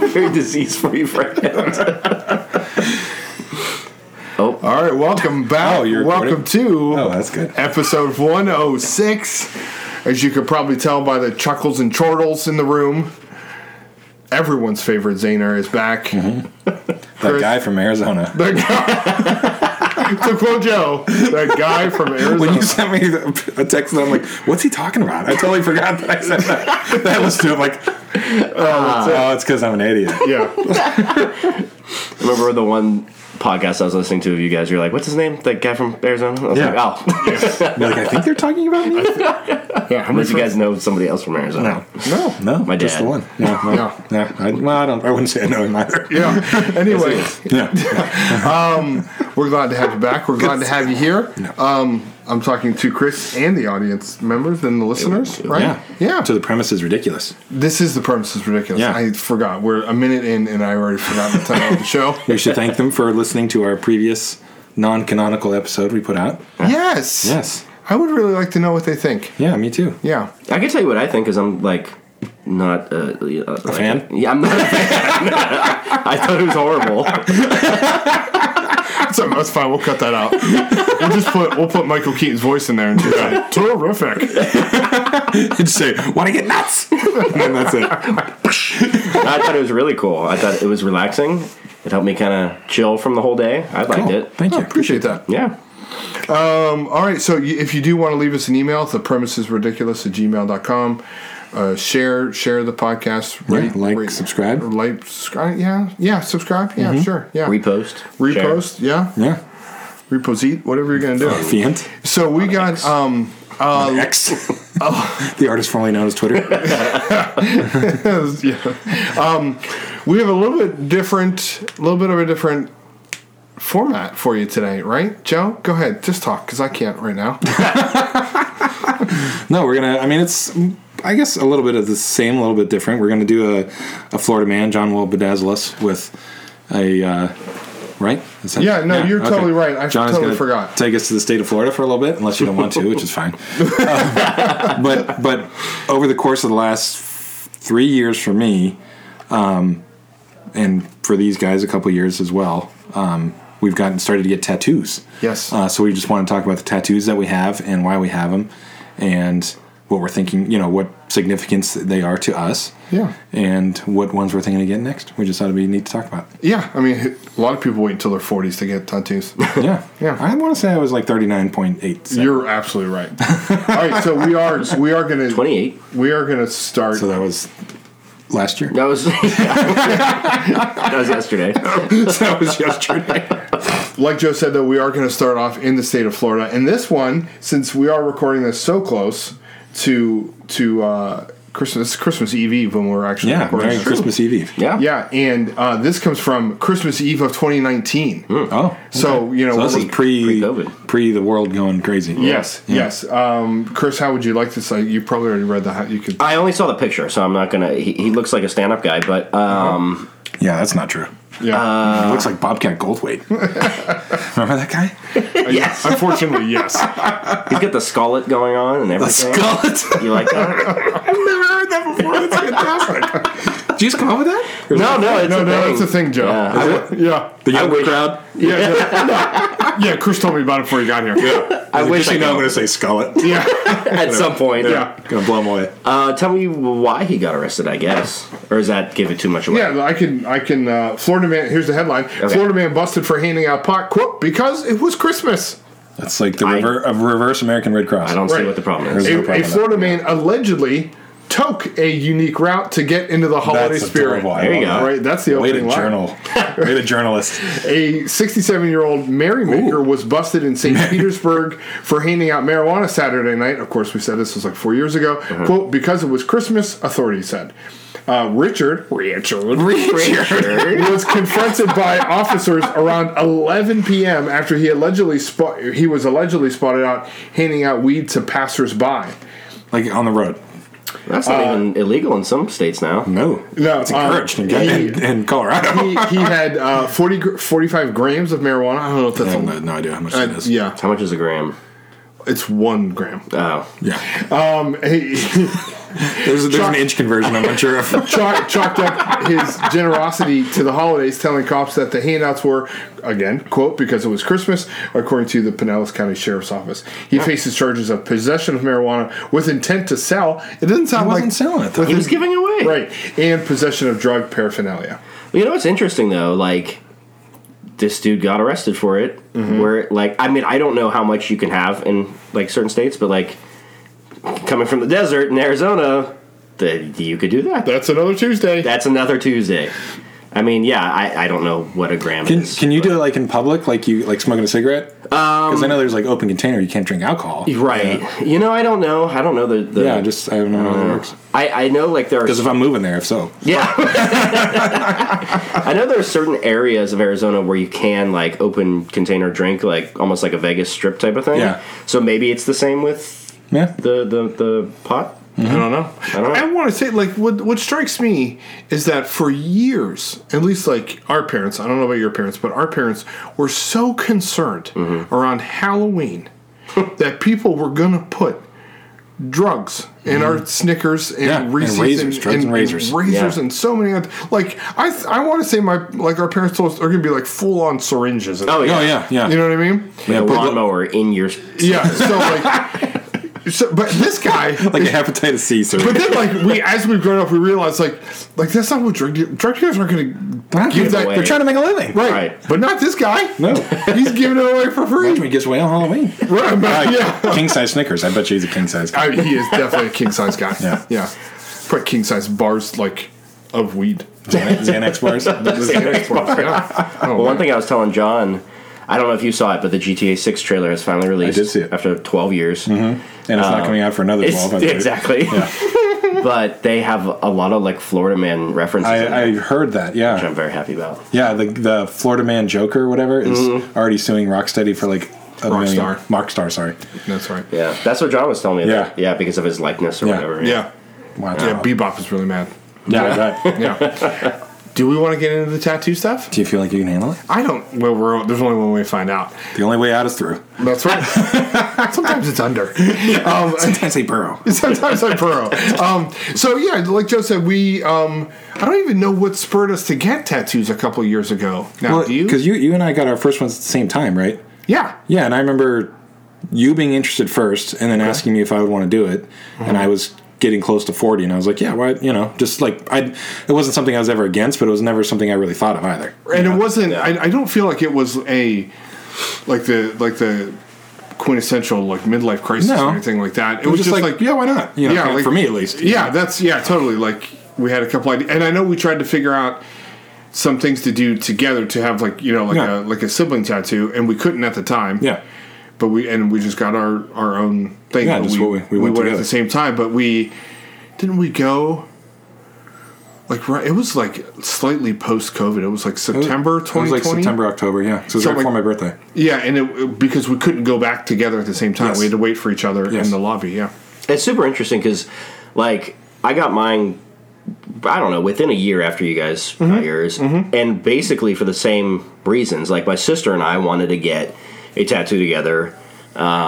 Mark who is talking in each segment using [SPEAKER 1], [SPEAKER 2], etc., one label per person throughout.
[SPEAKER 1] disease free friend.
[SPEAKER 2] All right, welcome back.
[SPEAKER 3] Oh, you're
[SPEAKER 2] welcome
[SPEAKER 3] recording?
[SPEAKER 2] to
[SPEAKER 3] Oh, that's good.
[SPEAKER 2] episode 106. As you could probably tell by the chuckles and chortles in the room, everyone's favorite Zaner is back.
[SPEAKER 3] Mm-hmm. That guy from Arizona.
[SPEAKER 2] That guy, to quote Joe, that guy from
[SPEAKER 3] When
[SPEAKER 2] Arizona.
[SPEAKER 3] you sent me the- a text, and I'm like, "What's he talking about?" I totally forgot that I said that. That was too like, oh, it's because I'm an idiot.
[SPEAKER 2] yeah,
[SPEAKER 1] Remember the one podcast I was listening to of you guys? You're like, what's his name? That guy from Arizona? I was
[SPEAKER 3] Yeah.
[SPEAKER 1] like, oh.
[SPEAKER 3] I'm like, I think they're talking about me.
[SPEAKER 2] yeah. How
[SPEAKER 1] Unless you guys know somebody else from Arizona.
[SPEAKER 3] No, no,
[SPEAKER 1] My
[SPEAKER 3] just
[SPEAKER 1] dad.
[SPEAKER 3] the one. No, no,
[SPEAKER 2] Yeah.
[SPEAKER 3] no. I, well, I don't. I wouldn't say I know him either.
[SPEAKER 2] Yeah. Anyway,
[SPEAKER 3] Yeah,
[SPEAKER 2] we're glad to have you back. We're glad to have you here. Um, I'm talking to Chris and the audience members and the listeners, right?
[SPEAKER 3] yeah,
[SPEAKER 2] Yeah.
[SPEAKER 3] So the premise is ridiculous.
[SPEAKER 2] This is the premise is ridiculous.
[SPEAKER 3] Yeah.
[SPEAKER 2] I forgot. We're a minute in, and I already forgot the title of the show.
[SPEAKER 3] We should thank them for listening to our previous non-canonical episode we put out.
[SPEAKER 2] Yes.
[SPEAKER 3] Yes.
[SPEAKER 2] I would really like to know what they think.
[SPEAKER 3] Yeah, me too.
[SPEAKER 2] Yeah.
[SPEAKER 1] I can tell you what I think because I'm like not uh, a
[SPEAKER 3] fan?
[SPEAKER 1] Yeah, I'm not a fan. I thought it was horrible.
[SPEAKER 2] That's, that's fine. We'll cut that out. we'll just put we'll put Michael Keaton's voice in there and just say terrific.
[SPEAKER 3] Just say, "Want to get nuts?" and that's it.
[SPEAKER 1] I thought it was really cool. I thought it was relaxing. It helped me kind of chill from the whole day. I liked
[SPEAKER 3] Cool.
[SPEAKER 1] it.
[SPEAKER 3] Thank
[SPEAKER 2] I
[SPEAKER 3] you.
[SPEAKER 2] appreciate that.
[SPEAKER 1] Yeah.
[SPEAKER 2] Um, all right. So you, if you do want to leave us an email, the premise is ridiculous at gmail.com. Uh, share share the podcast.
[SPEAKER 3] Yeah,
[SPEAKER 2] Rate,
[SPEAKER 3] like,
[SPEAKER 2] rate-
[SPEAKER 3] subscribe. Mm-hmm.
[SPEAKER 2] Like subscribe. Yeah. Yeah. Subscribe. Yeah. Sure. Yeah.
[SPEAKER 1] Repost.
[SPEAKER 2] Repost. Yeah.
[SPEAKER 3] Yeah.
[SPEAKER 2] Repost. Whatever you're gonna do.
[SPEAKER 3] Fiant.
[SPEAKER 2] So we got um
[SPEAKER 3] X. the artist formerly known as Twitter.
[SPEAKER 2] yeah. um we have a little bit different a little bit of a different format for you today, right? Joe, go ahead, just talk cuz I can't right now.
[SPEAKER 3] no, we're gonna. I mean, it's. I guess a little bit of the same, a little bit different. We're gonna do a, a Florida man, John will bedazzle us with a. Uh, right? Is that-
[SPEAKER 2] Yeah, no, you're totally right. I
[SPEAKER 3] John's
[SPEAKER 2] totally
[SPEAKER 3] gonna
[SPEAKER 2] forgot.
[SPEAKER 3] Take us to the state of Florida for a little bit, unless you don't want to, which is fine. Uh, but but over the course of the last three years for me, um, and for these guys, a couple years as well. Um, we've gotten started to get tattoos.
[SPEAKER 2] Yes.
[SPEAKER 3] Uh, so we just want to talk about the tattoos that we have and why we have them, and what we're thinking. You know, what significance they are to us.
[SPEAKER 2] Yeah.
[SPEAKER 3] And what ones we're thinking to get next. We just thought it'd be neat to talk about.
[SPEAKER 2] Yeah, I mean a lot of people wait until their 40s to get tattoos.
[SPEAKER 3] Yeah.
[SPEAKER 2] Yeah.
[SPEAKER 3] I want to say I was like thirty nine point eight.
[SPEAKER 2] You're absolutely right. All right, so we are we are going to
[SPEAKER 1] 28.
[SPEAKER 2] we are going to start
[SPEAKER 3] So that was last year.
[SPEAKER 1] That was that was yesterday.
[SPEAKER 3] that was yesterday.
[SPEAKER 2] like Joe said, though, we are going to start off in the state of Florida, and this one, since we are recording this so close to to uh, Christmas, it's Christmas Eve Eve when we're actually
[SPEAKER 3] yeah.
[SPEAKER 2] recording.
[SPEAKER 3] Merry
[SPEAKER 2] this.
[SPEAKER 3] Christmas Eve Eve.
[SPEAKER 1] Yeah.
[SPEAKER 2] Yeah, and uh, this comes from Christmas Eve of 2019.
[SPEAKER 3] Oh.
[SPEAKER 2] So you know,
[SPEAKER 3] So this
[SPEAKER 2] we're-
[SPEAKER 3] is pre
[SPEAKER 1] Pre-COVID.
[SPEAKER 3] pre the world going crazy.
[SPEAKER 2] yes, yes. Um, Chris, how would you like this? Like, you probably already read the. how- You could.
[SPEAKER 1] I only saw the picture, so I'm not gonna. He, he looks like a stand-up guy, but um,
[SPEAKER 3] Yeah, that's not true.
[SPEAKER 2] Yeah.
[SPEAKER 3] He looks like Bobcat Goldthwait. Remember that guy?
[SPEAKER 1] yes,
[SPEAKER 2] Unfortunately, yes.
[SPEAKER 1] he's got the skullet going on and
[SPEAKER 3] The
[SPEAKER 1] everything.
[SPEAKER 3] skeleton.
[SPEAKER 1] You like that?
[SPEAKER 3] I've never heard that before. That's fantastic. Did you just come up with that? Or is
[SPEAKER 1] No,
[SPEAKER 3] that-
[SPEAKER 1] no, it's
[SPEAKER 2] No,
[SPEAKER 1] a
[SPEAKER 2] no,
[SPEAKER 1] thing.
[SPEAKER 2] that's a thing, Joe.
[SPEAKER 1] Yeah.
[SPEAKER 2] Yeah,
[SPEAKER 3] The
[SPEAKER 1] I
[SPEAKER 3] younger
[SPEAKER 1] wish-
[SPEAKER 3] crowd.
[SPEAKER 2] yeah, yeah. No. yeah. Chris told me about it before you got here. Yeah,
[SPEAKER 1] I wish I
[SPEAKER 3] Actually, no, I'm
[SPEAKER 1] know
[SPEAKER 3] going to say skeleton.
[SPEAKER 2] yeah,
[SPEAKER 1] at some point.
[SPEAKER 2] yeah.
[SPEAKER 3] Gonna blow him away.
[SPEAKER 1] Uh, tell me why he got arrested. I guess, or is that give it too much away?
[SPEAKER 2] Yeah, I can. I can. Uh, Florida man. Here's the headline: Florida man busted for handing out pot. Quote because it was Christmas.
[SPEAKER 3] That's like the
[SPEAKER 1] I-
[SPEAKER 3] rever- a reverse American Red Cross.
[SPEAKER 1] I don't
[SPEAKER 2] Right.
[SPEAKER 1] see what the problem
[SPEAKER 3] There's
[SPEAKER 1] is.
[SPEAKER 3] no
[SPEAKER 2] A,
[SPEAKER 3] problem
[SPEAKER 2] a
[SPEAKER 3] with
[SPEAKER 2] Florida man allegedly took a unique route to get into the holiday
[SPEAKER 3] That's
[SPEAKER 2] spirit.
[SPEAKER 3] adorable. I
[SPEAKER 1] There you
[SPEAKER 3] love
[SPEAKER 1] go.
[SPEAKER 2] Right, that's the
[SPEAKER 3] that. Way
[SPEAKER 2] opening
[SPEAKER 3] to
[SPEAKER 2] line.
[SPEAKER 3] journal. Way to journalist.
[SPEAKER 2] A 67-year-old merrymaker was busted in St. Petersburg for handing out marijuana Saturday night. Of course, we said this was like four years ago.
[SPEAKER 1] Uh-huh.
[SPEAKER 2] Quote because it was Christmas, authorities said. Uh, Richard, Richard,
[SPEAKER 1] Richard.
[SPEAKER 2] was confronted by officers around 11 p.m. after he allegedly spot, he was allegedly spotted out handing out weed to passersby.
[SPEAKER 3] Like on the road.
[SPEAKER 1] That's
[SPEAKER 2] Uh,
[SPEAKER 1] not even illegal in some states now.
[SPEAKER 3] No,
[SPEAKER 2] No,
[SPEAKER 3] it's
[SPEAKER 2] um,
[SPEAKER 3] encouraged in,
[SPEAKER 2] he-
[SPEAKER 3] in, in Colorado.
[SPEAKER 2] He, he had uh, 40 gr- 45 grams of marijuana. I don't know if
[SPEAKER 3] I
[SPEAKER 2] that's
[SPEAKER 3] have no, no idea how much
[SPEAKER 2] a,
[SPEAKER 3] that
[SPEAKER 2] uh,
[SPEAKER 3] is.
[SPEAKER 2] yeah,
[SPEAKER 1] How much is a gram?
[SPEAKER 2] it's one gram.
[SPEAKER 1] Oh,
[SPEAKER 3] yeah.
[SPEAKER 2] Um, he,
[SPEAKER 3] There's, there's an inch conversion. I'm unsure of.
[SPEAKER 2] Chalk, chalked up his generosity to the holidays, telling cops that the handouts were, again, quote, because it was Christmas, according to the Pinellas County Sheriff's Office. He faces charges of possession of marijuana with intent to sell. It doesn't sound
[SPEAKER 3] wasn't
[SPEAKER 2] like
[SPEAKER 3] selling it, though.
[SPEAKER 2] with
[SPEAKER 3] He
[SPEAKER 1] He was giving away.
[SPEAKER 2] right, and possession of drug paraphernalia.
[SPEAKER 1] You know what's interesting though, like this dude got arrested for it. Where like I mean I don't know how much you can have in like certain states, but like coming from the desert in Arizona, the, you could do that.
[SPEAKER 2] That's another Tuesday.
[SPEAKER 1] That's another Tuesday. I mean, yeah, I, I don't know what a gram
[SPEAKER 3] Can,
[SPEAKER 1] is.
[SPEAKER 3] can you do it like in public, like you like smoking a cigarette?
[SPEAKER 1] Um,
[SPEAKER 3] Because I know there's like open container, you can't drink alcohol.
[SPEAKER 1] right? You know, I don't know. I don't know the. the
[SPEAKER 3] Yeah, just I don't know how that
[SPEAKER 1] Uh,
[SPEAKER 3] works.
[SPEAKER 1] I I know like there are
[SPEAKER 3] Because if I'm moving there, if so,
[SPEAKER 1] Yeah. I know there are certain areas of Arizona where you can like open container drink, like almost like a Vegas strip type of thing.
[SPEAKER 3] Yeah.
[SPEAKER 1] So maybe it's the same with
[SPEAKER 3] yeah,
[SPEAKER 1] the the, the pot.
[SPEAKER 2] I don't know. I,
[SPEAKER 1] don't know.
[SPEAKER 2] want to say, like, what what strikes me is that for years, at least like our parents, I don't know about your parents, but our parents were so concerned around Halloween that people were going to put drugs in our Snickers and
[SPEAKER 3] Yeah, and
[SPEAKER 2] Reese's
[SPEAKER 3] razors, drugs and razors.
[SPEAKER 2] razors
[SPEAKER 1] Yeah.
[SPEAKER 2] and so many other. Like, I th- I want to say my like our parents told us are going to be like full on syringes. And,
[SPEAKER 1] Oh
[SPEAKER 3] oh
[SPEAKER 1] yeah.
[SPEAKER 3] yeah, yeah,
[SPEAKER 2] you know what I mean?
[SPEAKER 1] Like a
[SPEAKER 3] Yeah, but-
[SPEAKER 1] lawnmower in your.
[SPEAKER 2] Yeah. So like, so, but this guy
[SPEAKER 3] like a hepatitis C. So
[SPEAKER 2] But then, like we, as we've grown up, we realize like, like that's not what drug deal- drug dealers aren't going to give that.
[SPEAKER 1] away.
[SPEAKER 3] they're trying to make a living.
[SPEAKER 2] Right.
[SPEAKER 1] Right.
[SPEAKER 2] but not this guy.
[SPEAKER 3] No,
[SPEAKER 2] he's giving it away for free.
[SPEAKER 3] he gets away on Halloween.
[SPEAKER 2] Right, but- yeah,
[SPEAKER 3] King size Snickers. I bet you he's a king size guy.
[SPEAKER 2] I mean, he is definitely a king size guy.
[SPEAKER 3] Yeah.
[SPEAKER 2] yeah, probably king size bars like of weed.
[SPEAKER 3] Xanax bars.
[SPEAKER 2] Yeah. Oh,
[SPEAKER 1] Well,
[SPEAKER 2] man.
[SPEAKER 1] one thing I was telling John, I don't know if you saw it, but the GTA Six trailer has finally released.
[SPEAKER 3] did see it.
[SPEAKER 1] after 12 years.
[SPEAKER 3] And Uh, it's not coming out for another
[SPEAKER 1] It's-
[SPEAKER 3] twelve. I bet.
[SPEAKER 1] exactly.
[SPEAKER 3] Yeah.
[SPEAKER 1] but they have a lot of like Florida Man references, in it,
[SPEAKER 3] I, I heard that.
[SPEAKER 1] which
[SPEAKER 3] Yeah,
[SPEAKER 1] I'm very happy about.
[SPEAKER 3] yeah. The the Florida Man Joker, or whatever, is already suing Rocksteady for like a million.
[SPEAKER 2] Rockstar.
[SPEAKER 3] Mm-hmm. Rockstar, sorry.
[SPEAKER 2] that's right. Yeah,
[SPEAKER 1] Yeah, that's what John was telling me.
[SPEAKER 3] Yeah.
[SPEAKER 1] that- yeah, because of his likeness or
[SPEAKER 3] Yeah.
[SPEAKER 1] whatever.
[SPEAKER 2] yeah,
[SPEAKER 3] Wow.
[SPEAKER 2] Bebop is really mad.
[SPEAKER 3] yeah. right.
[SPEAKER 2] Yeah. Do we want to get into the tattoo stuff?
[SPEAKER 3] Do you feel like you can handle it?
[SPEAKER 2] I don't. Well, we're, there's only one way to find out.
[SPEAKER 3] The only way out is through.
[SPEAKER 2] That's right. Sometimes it's under. Um,
[SPEAKER 3] Sometimes they burrow.
[SPEAKER 2] Sometimes I burrow. Um, so yeah, like Joe said, we um, I don't even know what spurred us to get tattoos a couple years ago. Now, do you?
[SPEAKER 3] Because you, you and I got our first ones at the same time, right?
[SPEAKER 2] Yeah,
[SPEAKER 3] Yeah, and I remember you being interested first and then asking me if I would want to do it. And
[SPEAKER 2] Uh-huh.
[SPEAKER 3] I was getting close to 40, and I was like, yeah, why, you know, just like, I, it wasn't something I was ever against, but it was never something I really thought of either.
[SPEAKER 2] and it wasn't. I, I don't feel like it was a like the like the quintessential like midlife crisis
[SPEAKER 3] No.
[SPEAKER 2] or anything like that. It,
[SPEAKER 3] It
[SPEAKER 2] was, just like,
[SPEAKER 3] yeah, why not? You know,
[SPEAKER 2] yeah, like,
[SPEAKER 3] for me at least.
[SPEAKER 2] Yeah, that's yeah, totally. Like we had a couple ideas, and I know we tried to figure out some things to do together to have like you know like
[SPEAKER 3] Yeah.
[SPEAKER 2] a like a sibling tattoo, and we couldn't at the time.
[SPEAKER 3] Yeah.
[SPEAKER 2] but we and we just got our our own thing.
[SPEAKER 3] Yeah,
[SPEAKER 2] but
[SPEAKER 3] just
[SPEAKER 2] we,
[SPEAKER 3] what we- we
[SPEAKER 2] we
[SPEAKER 3] went
[SPEAKER 2] went at
[SPEAKER 3] together.
[SPEAKER 2] the same time, but we didn't we go like right. It was like slightly post COVID. It was like September
[SPEAKER 3] It was
[SPEAKER 2] twenty
[SPEAKER 3] like
[SPEAKER 2] twenty.
[SPEAKER 3] September, October, yeah. So it was right
[SPEAKER 2] Something-
[SPEAKER 3] before my birthday.
[SPEAKER 2] Yeah, and it, because we couldn't go back together at the same time,
[SPEAKER 3] Yes.
[SPEAKER 2] we had to wait for each other
[SPEAKER 3] Yes.
[SPEAKER 2] in the lobby. Yeah,
[SPEAKER 1] It's super interesting because, like, I got mine. I don't know within a year after you guys got yours, and basically for the same reasons. Like my sister and I wanted to get a tattoo together. Um,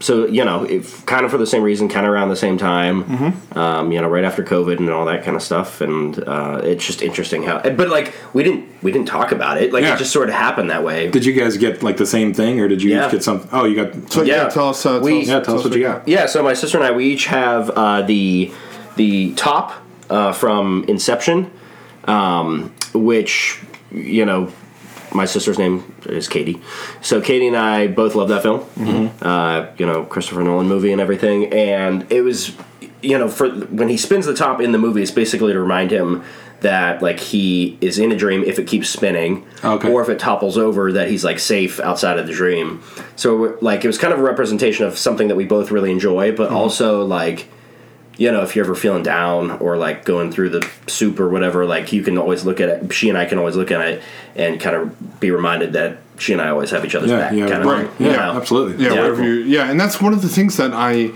[SPEAKER 1] so you know, if, kind of for the same reason, kind of around the same time. Um, you know, right after COVID and all that kind of stuff, and uh, it's just interesting how. But like, we didn't we didn't talk about it. Like
[SPEAKER 3] Yeah.
[SPEAKER 1] it just sort of happened that way.
[SPEAKER 3] Did you guys get like the same thing, or did you
[SPEAKER 1] Yeah.
[SPEAKER 3] get something? Oh, you got.
[SPEAKER 2] so yeah,
[SPEAKER 1] Yeah.
[SPEAKER 2] tell us. Uh,
[SPEAKER 1] We-
[SPEAKER 3] yeah, tell us what you got.
[SPEAKER 1] Yeah, so my sister and I we each have uh, the the top uh, from Inception, um, which you know my sister's name is Katie. So Katie and I both love that film. Uh, you know Christopher Nolan movie and everything, and it was you know for when he spins the top in the movie, it's basically to remind him that like he is in a dream if it keeps spinning
[SPEAKER 3] Okay.
[SPEAKER 1] or if it topples over that he's like safe outside of the dream so like it was kind of a representation of something that we both really enjoy but also like you know, if you're ever feeling down or like going through the soup or whatever, like you can always look at it. She and I can always look at it and kind of be reminded that she and I always have each other's
[SPEAKER 3] Yeah,
[SPEAKER 1] back.
[SPEAKER 3] yeah,
[SPEAKER 1] kind of,
[SPEAKER 3] right.
[SPEAKER 1] you
[SPEAKER 3] Yeah,
[SPEAKER 1] know.
[SPEAKER 3] absolutely.
[SPEAKER 2] yeah,
[SPEAKER 1] Yeah,
[SPEAKER 2] wherever
[SPEAKER 1] cool.
[SPEAKER 2] you yeah and that's one of the things that i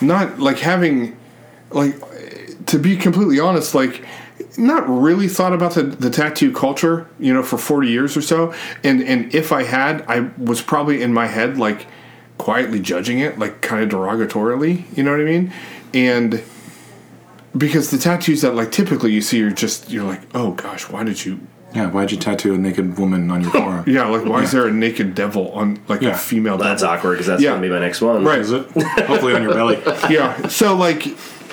[SPEAKER 2] not like having like to be completely honest like not really thought about the, the tattoo culture you know for 40 years or so and and if i had i was probably in my head like quietly judging it like kind of derogatorily you know what i mean and because the tattoos that like typically you see are just you're like, oh gosh, why did you?
[SPEAKER 3] Yeah, why'd you tattoo a naked woman on your forearm?
[SPEAKER 2] Yeah, like why is there a naked devil on like
[SPEAKER 3] Yeah.
[SPEAKER 2] a female?
[SPEAKER 1] That's
[SPEAKER 2] devil?
[SPEAKER 1] awkward because that's
[SPEAKER 2] Yeah.
[SPEAKER 1] gonna be my next one.
[SPEAKER 2] Right.
[SPEAKER 3] Is it? Hopefully on your belly.
[SPEAKER 2] yeah. So like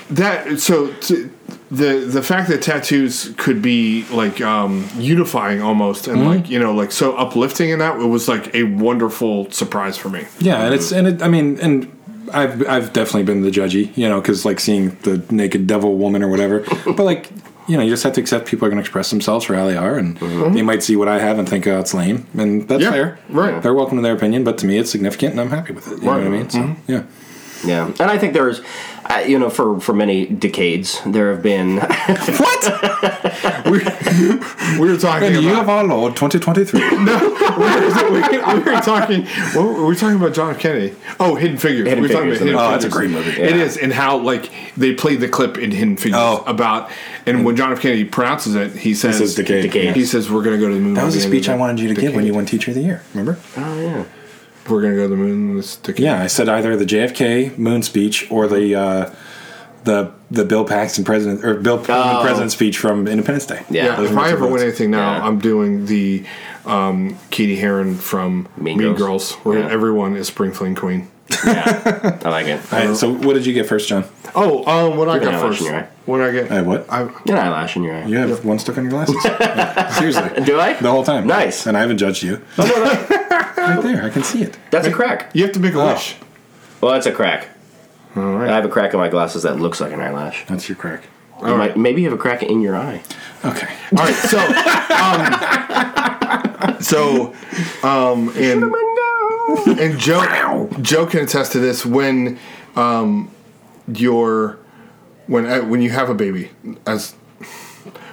[SPEAKER 2] that. So t- the the fact that tattoos could be like um, unifying almost,
[SPEAKER 3] Mm-hmm.
[SPEAKER 2] and like you know, like so uplifting in that, it was like a wonderful surprise for me.
[SPEAKER 3] Yeah, and it's and it, I mean and. I've I've definitely been the judgy, you know, because like seeing the naked devil woman or whatever, but like you know, you just have to accept people are going to express themselves for how they are, and they might see what I have and think, oh, it's lame, and
[SPEAKER 2] Mm-hmm.
[SPEAKER 3] that's
[SPEAKER 2] Yeah,
[SPEAKER 3] fair,
[SPEAKER 2] right.
[SPEAKER 3] They're welcome to their opinion, but to me, it's significant, and I'm happy with it. You know
[SPEAKER 2] Right. Mm-hmm.
[SPEAKER 3] what I mean? So yeah,
[SPEAKER 1] Yeah, and I think there's, uh, you know, for for many decades there have been.
[SPEAKER 3] what?
[SPEAKER 2] We, we were talking
[SPEAKER 3] In the year
[SPEAKER 2] about.
[SPEAKER 3] of our Lord 2023,
[SPEAKER 2] we, were talking. What were we talking about John F. Kennedy? Oh, Hidden Figures.
[SPEAKER 1] Hidden
[SPEAKER 2] we were talking
[SPEAKER 1] Figures.
[SPEAKER 2] about Hidden
[SPEAKER 3] Oh,
[SPEAKER 2] Figures.
[SPEAKER 3] that's a great movie.
[SPEAKER 2] It
[SPEAKER 1] Yeah.
[SPEAKER 2] is, and how like they played the clip in Hidden Figures
[SPEAKER 3] Oh.
[SPEAKER 2] about, and when John F. Kennedy pronounces it, he says,
[SPEAKER 3] says decade.
[SPEAKER 1] Decade.
[SPEAKER 2] He says, "We're going to go to the moon."
[SPEAKER 3] that was a speech I wanted you to give when you won Teacher of the Year. Remember?
[SPEAKER 1] Oh yeah.
[SPEAKER 2] We're going to go to the moon. This decade.
[SPEAKER 3] Yeah, I said either the JFK moon speech or the uh, the the Bill Paxton president or Bill Clinton
[SPEAKER 1] Oh.
[SPEAKER 3] president speech from Independence Day.
[SPEAKER 1] Yeah.
[SPEAKER 2] Yeah,
[SPEAKER 1] those
[SPEAKER 2] if
[SPEAKER 3] ones
[SPEAKER 2] I
[SPEAKER 3] are
[SPEAKER 2] ever win
[SPEAKER 3] votes.
[SPEAKER 2] anything now,
[SPEAKER 1] Yeah.
[SPEAKER 2] I'm doing the um, Katie Heron from
[SPEAKER 1] Mean
[SPEAKER 2] Mean,
[SPEAKER 1] Girls.
[SPEAKER 2] Girls, where
[SPEAKER 1] Yeah.
[SPEAKER 2] everyone is Springfield Queen.
[SPEAKER 1] yeah. I like it.
[SPEAKER 3] All right, so what did you get first, John?
[SPEAKER 2] Oh, um, what I
[SPEAKER 1] got
[SPEAKER 2] got
[SPEAKER 1] eyelash
[SPEAKER 2] first?
[SPEAKER 1] in your eye.
[SPEAKER 2] What I get?
[SPEAKER 3] I had what?
[SPEAKER 2] I,
[SPEAKER 1] An eyelash in your eye.
[SPEAKER 3] You have one stuck on your glasses. Yeah, Seriously,
[SPEAKER 1] Do I?
[SPEAKER 3] the whole time.
[SPEAKER 1] Nice.
[SPEAKER 3] And I haven't judged you. right there, I can see it.
[SPEAKER 1] That's a crack.
[SPEAKER 2] you have to make a wish.
[SPEAKER 1] Well, that's a crack.
[SPEAKER 2] All right.
[SPEAKER 1] I have a crack in my glasses that looks like an eyelash.
[SPEAKER 3] That's your crack.
[SPEAKER 1] You might- Maybe you have a crack in your eye.
[SPEAKER 3] Okay.
[SPEAKER 2] All right, so um, so um, and and Joe Joe can attest to this when um, your when uh, when you have a baby as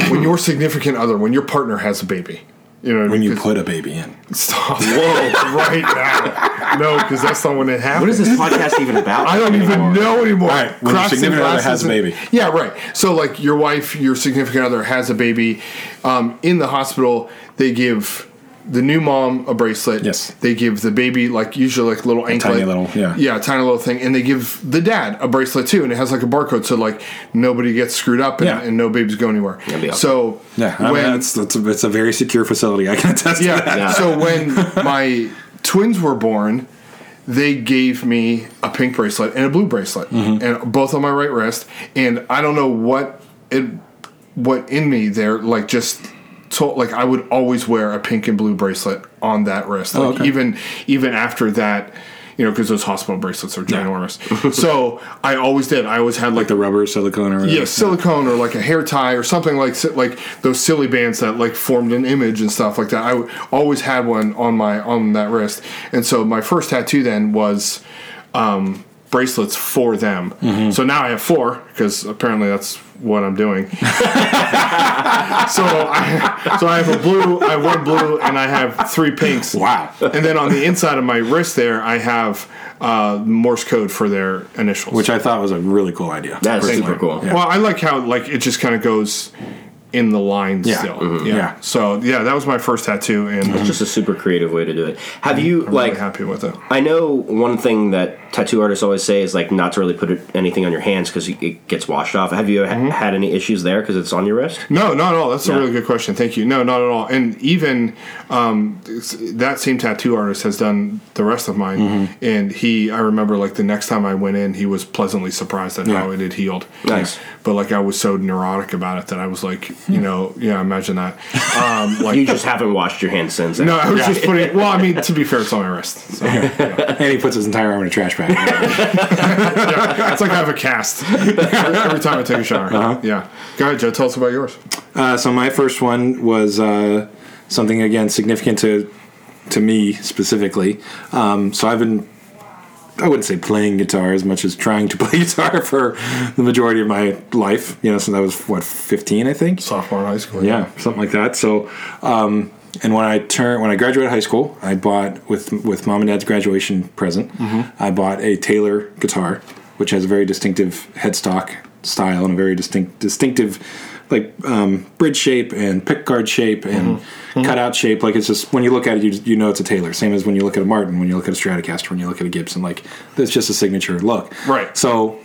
[SPEAKER 2] when your significant other when your partner has a baby you know
[SPEAKER 3] When you
[SPEAKER 2] 'cause-
[SPEAKER 3] put a baby in.
[SPEAKER 2] stop whoa right now no because that's not when it happens
[SPEAKER 1] What is this podcast even about?
[SPEAKER 2] I don't even know anymore.
[SPEAKER 3] right, when your
[SPEAKER 2] Crossing
[SPEAKER 3] significant other
[SPEAKER 2] glasses
[SPEAKER 3] has a
[SPEAKER 2] and-
[SPEAKER 3] baby.
[SPEAKER 2] yeah, right. So like your wife, your significant other has a baby. Um, in the hospital, they give the new mom a bracelet.
[SPEAKER 3] Yes.
[SPEAKER 2] They give the baby like usually like a little anklet.
[SPEAKER 3] little- yeah.
[SPEAKER 2] Yeah, a tiny little thing, and they give the dad a bracelet too, and it has like a barcode, so like nobody gets screwed up and,
[SPEAKER 3] Yeah.
[SPEAKER 2] and no babies go anywhere.
[SPEAKER 1] That'd be awesome.
[SPEAKER 2] So
[SPEAKER 3] Yeah, I mean, that's, that's a, it's a very secure facility. I can attest to
[SPEAKER 2] yeah.
[SPEAKER 3] that.
[SPEAKER 1] Yeah.
[SPEAKER 2] So when my twins were born, they gave me a pink bracelet and a blue bracelet, and both on my right wrist. And I don't know what it, what in me there, like just told, like I would always wear a pink and blue bracelet on that wrist, like
[SPEAKER 3] okay.
[SPEAKER 2] even even after that. You know, because those hospital bracelets are ginormous. so I always did. I always had like
[SPEAKER 3] The rubber, silicone, or whatever.
[SPEAKER 2] yeah, silicone or like a hair tie or something like si- like those silly bands that like formed an image and stuff like that. I w- always had one on my on that wrist, and so my first tattoo then was um, bracelets for them.
[SPEAKER 3] Mm-hmm.
[SPEAKER 2] So now I have four because apparently that's what I'm doing. so I so I have a blue, I have one blue, and I have three pinks.
[SPEAKER 3] Wow.
[SPEAKER 2] And then on the inside of my wrist there, I have uh, Morse code for their initials.
[SPEAKER 3] Which I thought was a really cool idea.
[SPEAKER 1] That's super
[SPEAKER 3] personally.
[SPEAKER 1] cool.
[SPEAKER 3] Yeah.
[SPEAKER 2] Well, I like how like it just kind of goes in the line
[SPEAKER 3] Yeah.
[SPEAKER 2] still.
[SPEAKER 1] Mm-hmm.
[SPEAKER 3] Mhm.
[SPEAKER 2] Yeah.
[SPEAKER 3] Yeah.
[SPEAKER 2] So yeah, that was my first tattoo, and I'm
[SPEAKER 1] Just a super creative way to do it. Have you
[SPEAKER 2] Mm-hmm. really
[SPEAKER 1] like?
[SPEAKER 2] happy with it.
[SPEAKER 1] I know one thing that tattoo artists always say is like not to really put it, anything on your hands because it gets washed off. Have you ha-
[SPEAKER 2] Mm-hmm.
[SPEAKER 1] had any issues there because it's on your wrist?
[SPEAKER 2] No, not at all. That's
[SPEAKER 1] No.
[SPEAKER 2] a really good question. Thank you. No, not at all. And even um, s- that same tattoo artist has done the rest of mine,
[SPEAKER 1] Mm-hmm.
[SPEAKER 2] and he. I remember like the next time I went in, he was pleasantly surprised at how
[SPEAKER 3] Yeah.
[SPEAKER 2] it had healed.
[SPEAKER 1] Nice. Hmm.
[SPEAKER 2] But like I was so neurotic about it that I was like, you know, yeah, imagine that. Um,
[SPEAKER 1] You
[SPEAKER 2] like.
[SPEAKER 1] just haven't washed your hands since.
[SPEAKER 2] No, I was just putting. Well, I mean, to be fair, it's on my wrist. So, yeah.
[SPEAKER 3] And he puts his entire arm in a trash bag.
[SPEAKER 2] It's like I have a cast every time I take a shower.
[SPEAKER 3] Uh-huh.
[SPEAKER 2] Yeah. Go ahead, Joe. Tell us about yours.
[SPEAKER 3] Uh, so my first one was uh, something again significant to to me specifically. Um, so I've been I wouldn't say playing guitar as much as trying to play guitar for the majority of my life. You know, since I was what fifteen, I think.
[SPEAKER 2] Sophomore in high school.
[SPEAKER 3] Yeah, something like that. So, um, and when I turned when I graduated high school, I bought with with mom and dad's graduation present. I bought a Taylor guitar, which has a very distinctive headstock style and a very distinct distinctive like um, bridge shape and pickguard shape and cutout shape. Like it's just when you look at it, you you know it's a Taylor. Same as when you look at a Martin, when you look at a Stratocaster, when you look at a Gibson. Like that's just a signature look.
[SPEAKER 2] Right.
[SPEAKER 3] So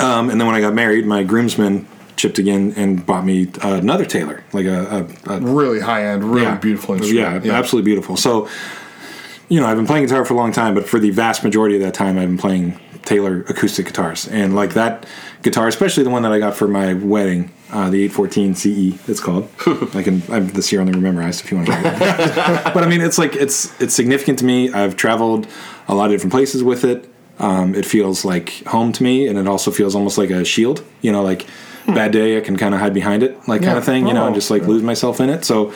[SPEAKER 3] Um, and then when I got married, my groomsmen chipped again and bought me another tailor, like a, a, a
[SPEAKER 2] Really high end, really beautiful
[SPEAKER 3] yeah,
[SPEAKER 2] instrument.
[SPEAKER 3] absolutely beautiful. So, you know, I've been playing guitar for a long time, but for the vast majority of that time, I've been playing Taylor acoustic guitars, and like that guitar, especially the one that I got for my wedding, uh, the 814 CE, E, it's called. I can I'm the serial number memorized if you want to. Hear it. but I mean, it's like it's it's significant to me. I've traveled a lot of different places with it. Um, it feels like home to me, and it also feels almost like a shield. You know, like bad day, I can kind of hide behind it, like
[SPEAKER 2] Hmm.
[SPEAKER 3] kind
[SPEAKER 2] Yeah.
[SPEAKER 3] of thing. You know,
[SPEAKER 2] Oh.
[SPEAKER 3] and just like lose myself in it. So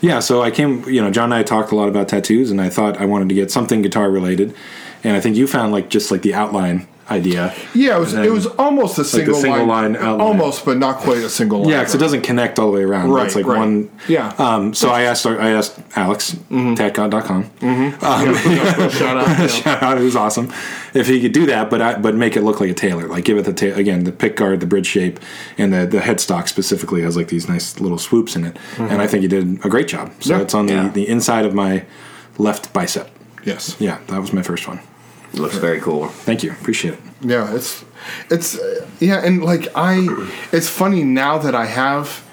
[SPEAKER 3] yeah, so I came, you know, John and I talked a lot about tattoos, and I thought I wanted to get something guitar related, and I think you found like just like the outline idea.
[SPEAKER 2] Yeah, it was,
[SPEAKER 3] And then-
[SPEAKER 2] it was almost a single,
[SPEAKER 3] single line outline.
[SPEAKER 2] almost, but not quite a single line.
[SPEAKER 3] Yeah, because it doesn't connect all the way around.
[SPEAKER 2] Right,
[SPEAKER 3] it's like
[SPEAKER 2] right.
[SPEAKER 3] one.
[SPEAKER 2] Yeah. Mm-hmm.
[SPEAKER 3] Um, so I asked, I asked Alex tatcon.com,
[SPEAKER 2] Shout out. yeah.
[SPEAKER 3] shout out, who's awesome, if he could do that, but I, but make it look like a tailor, like give it the ta- again the pick guard, the bridge shape, and the the headstock specifically has like these nice little swoops in it, and I think he did a great job. So
[SPEAKER 2] Mm-hmm. Yeah.
[SPEAKER 3] it's on the
[SPEAKER 1] Yeah.
[SPEAKER 3] the inside of my left bicep.
[SPEAKER 2] Yes.
[SPEAKER 3] Yeah, that was my first one.
[SPEAKER 1] It looks very cool.
[SPEAKER 3] Thank you, appreciate it.
[SPEAKER 2] Yeah, it's it's uh, yeah, and like I, it's funny now that I have.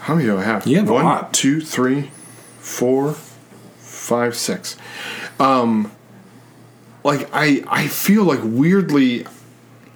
[SPEAKER 2] How many do I have?
[SPEAKER 3] You have a
[SPEAKER 2] One,
[SPEAKER 3] lot.
[SPEAKER 2] two, three, four, five, six. Um, like I, I feel like weirdly,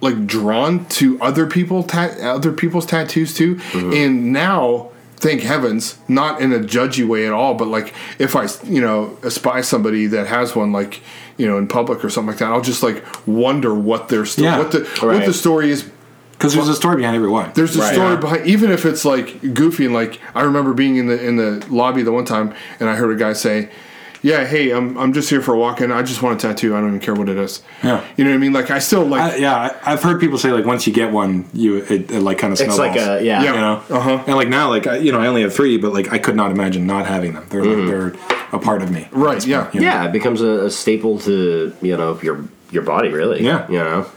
[SPEAKER 2] like drawn to other people, ta- other people's tattoos too, and now. Thank heavens, not in a judgy way at all, but like if I, you know, espy somebody that has one, like, you know, in public or something like that, I'll just like wonder what their story,
[SPEAKER 3] Yeah.
[SPEAKER 2] what the what
[SPEAKER 1] Right.
[SPEAKER 2] the story is
[SPEAKER 3] Because there's a story behind every one.
[SPEAKER 2] there's a
[SPEAKER 1] Right.
[SPEAKER 2] story
[SPEAKER 1] Yeah.
[SPEAKER 2] behind, even if it's like goofy and like I remember being in the in the lobby the one time and I heard a guy say, "Yeah, hey, I'm I'm just here for a walk in. I just want a tattoo. I don't even care what it is."
[SPEAKER 3] Yeah.
[SPEAKER 2] you know what I mean. Like I still
[SPEAKER 3] I,
[SPEAKER 2] like
[SPEAKER 3] yeah, I- I've heard people say like once you get one, you it, it like kind of
[SPEAKER 1] It's
[SPEAKER 3] snowballs.
[SPEAKER 1] like a yeah.
[SPEAKER 2] Yeah.
[SPEAKER 3] you know.
[SPEAKER 2] Uh-huh.
[SPEAKER 3] And like now, like I, you know, I only have three, but like I could not imagine not having them. They're
[SPEAKER 1] Mm-hmm.
[SPEAKER 3] like, they're a part of me.
[SPEAKER 2] right. Yeah, yeah,
[SPEAKER 1] Yeah, it becomes a, a staple to you know your your body really.
[SPEAKER 3] Yeah.
[SPEAKER 1] you know.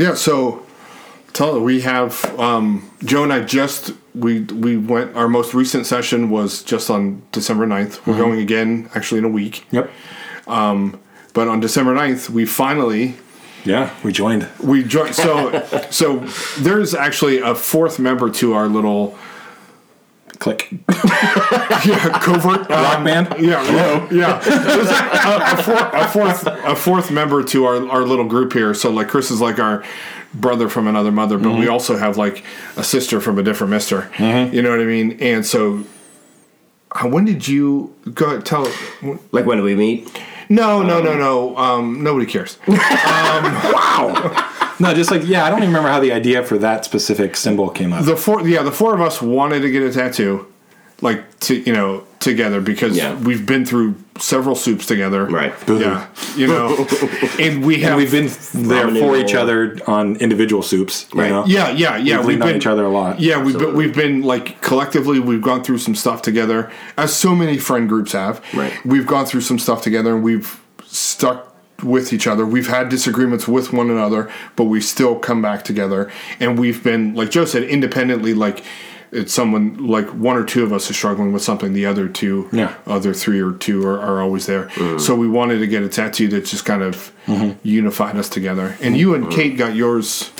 [SPEAKER 3] Yeah.
[SPEAKER 2] So tell we have um, Joe and I just we we went. Our most recent session was just on December 9th.
[SPEAKER 3] Mm-hmm.
[SPEAKER 2] We're going again actually in a week,
[SPEAKER 3] Yep.
[SPEAKER 2] but on December 9th, we finally
[SPEAKER 3] Yeah. We joined.
[SPEAKER 2] we joined so so there's actually a fourth member to our little
[SPEAKER 3] Click.
[SPEAKER 2] yeah, covert uh,
[SPEAKER 3] Rock band.
[SPEAKER 2] Yeah, hello. Yeah, There's a, a, four, a fourth, a fourth member to our our little group here. So like Chris is like our brother from another mother, but we also have like a sister from a different mister. You know what I mean? And so, uh, when did you go tell?
[SPEAKER 1] Like when do we meet?
[SPEAKER 2] No, no, no, no. Um, nobody cares.
[SPEAKER 3] Wow. no, just like yeah, I don't even remember how the idea for that specific symbol came up.
[SPEAKER 2] the four yeah the four of us wanted to get a tattoo like to you know together because
[SPEAKER 1] Yeah.
[SPEAKER 2] we've been through several soups together
[SPEAKER 1] Right.
[SPEAKER 2] yeah you know and we have
[SPEAKER 3] and we've been there
[SPEAKER 1] Ramen
[SPEAKER 3] for
[SPEAKER 1] noodle.
[SPEAKER 3] each other on individual soups. You
[SPEAKER 1] Right.
[SPEAKER 3] Know?
[SPEAKER 2] yeah yeah yeah
[SPEAKER 3] We've leaned on each other a lot.
[SPEAKER 2] yeah we've been,
[SPEAKER 1] Absolutely.
[SPEAKER 2] we've been like collectively we've gone through some stuff together as so many friend groups have
[SPEAKER 1] Right.
[SPEAKER 2] we've gone through some stuff together and we've stuck with each other we've had disagreements with one another but we still come back together and we've been like joe said independently like it's someone like one or two of us is struggling with something the other two
[SPEAKER 3] Yeah. Mm.
[SPEAKER 2] other three or two are, are always there so we wanted to get a tattoo that just kind of
[SPEAKER 3] Mm-hmm.
[SPEAKER 2] unified us together and you
[SPEAKER 3] Mm.
[SPEAKER 2] and kate got yours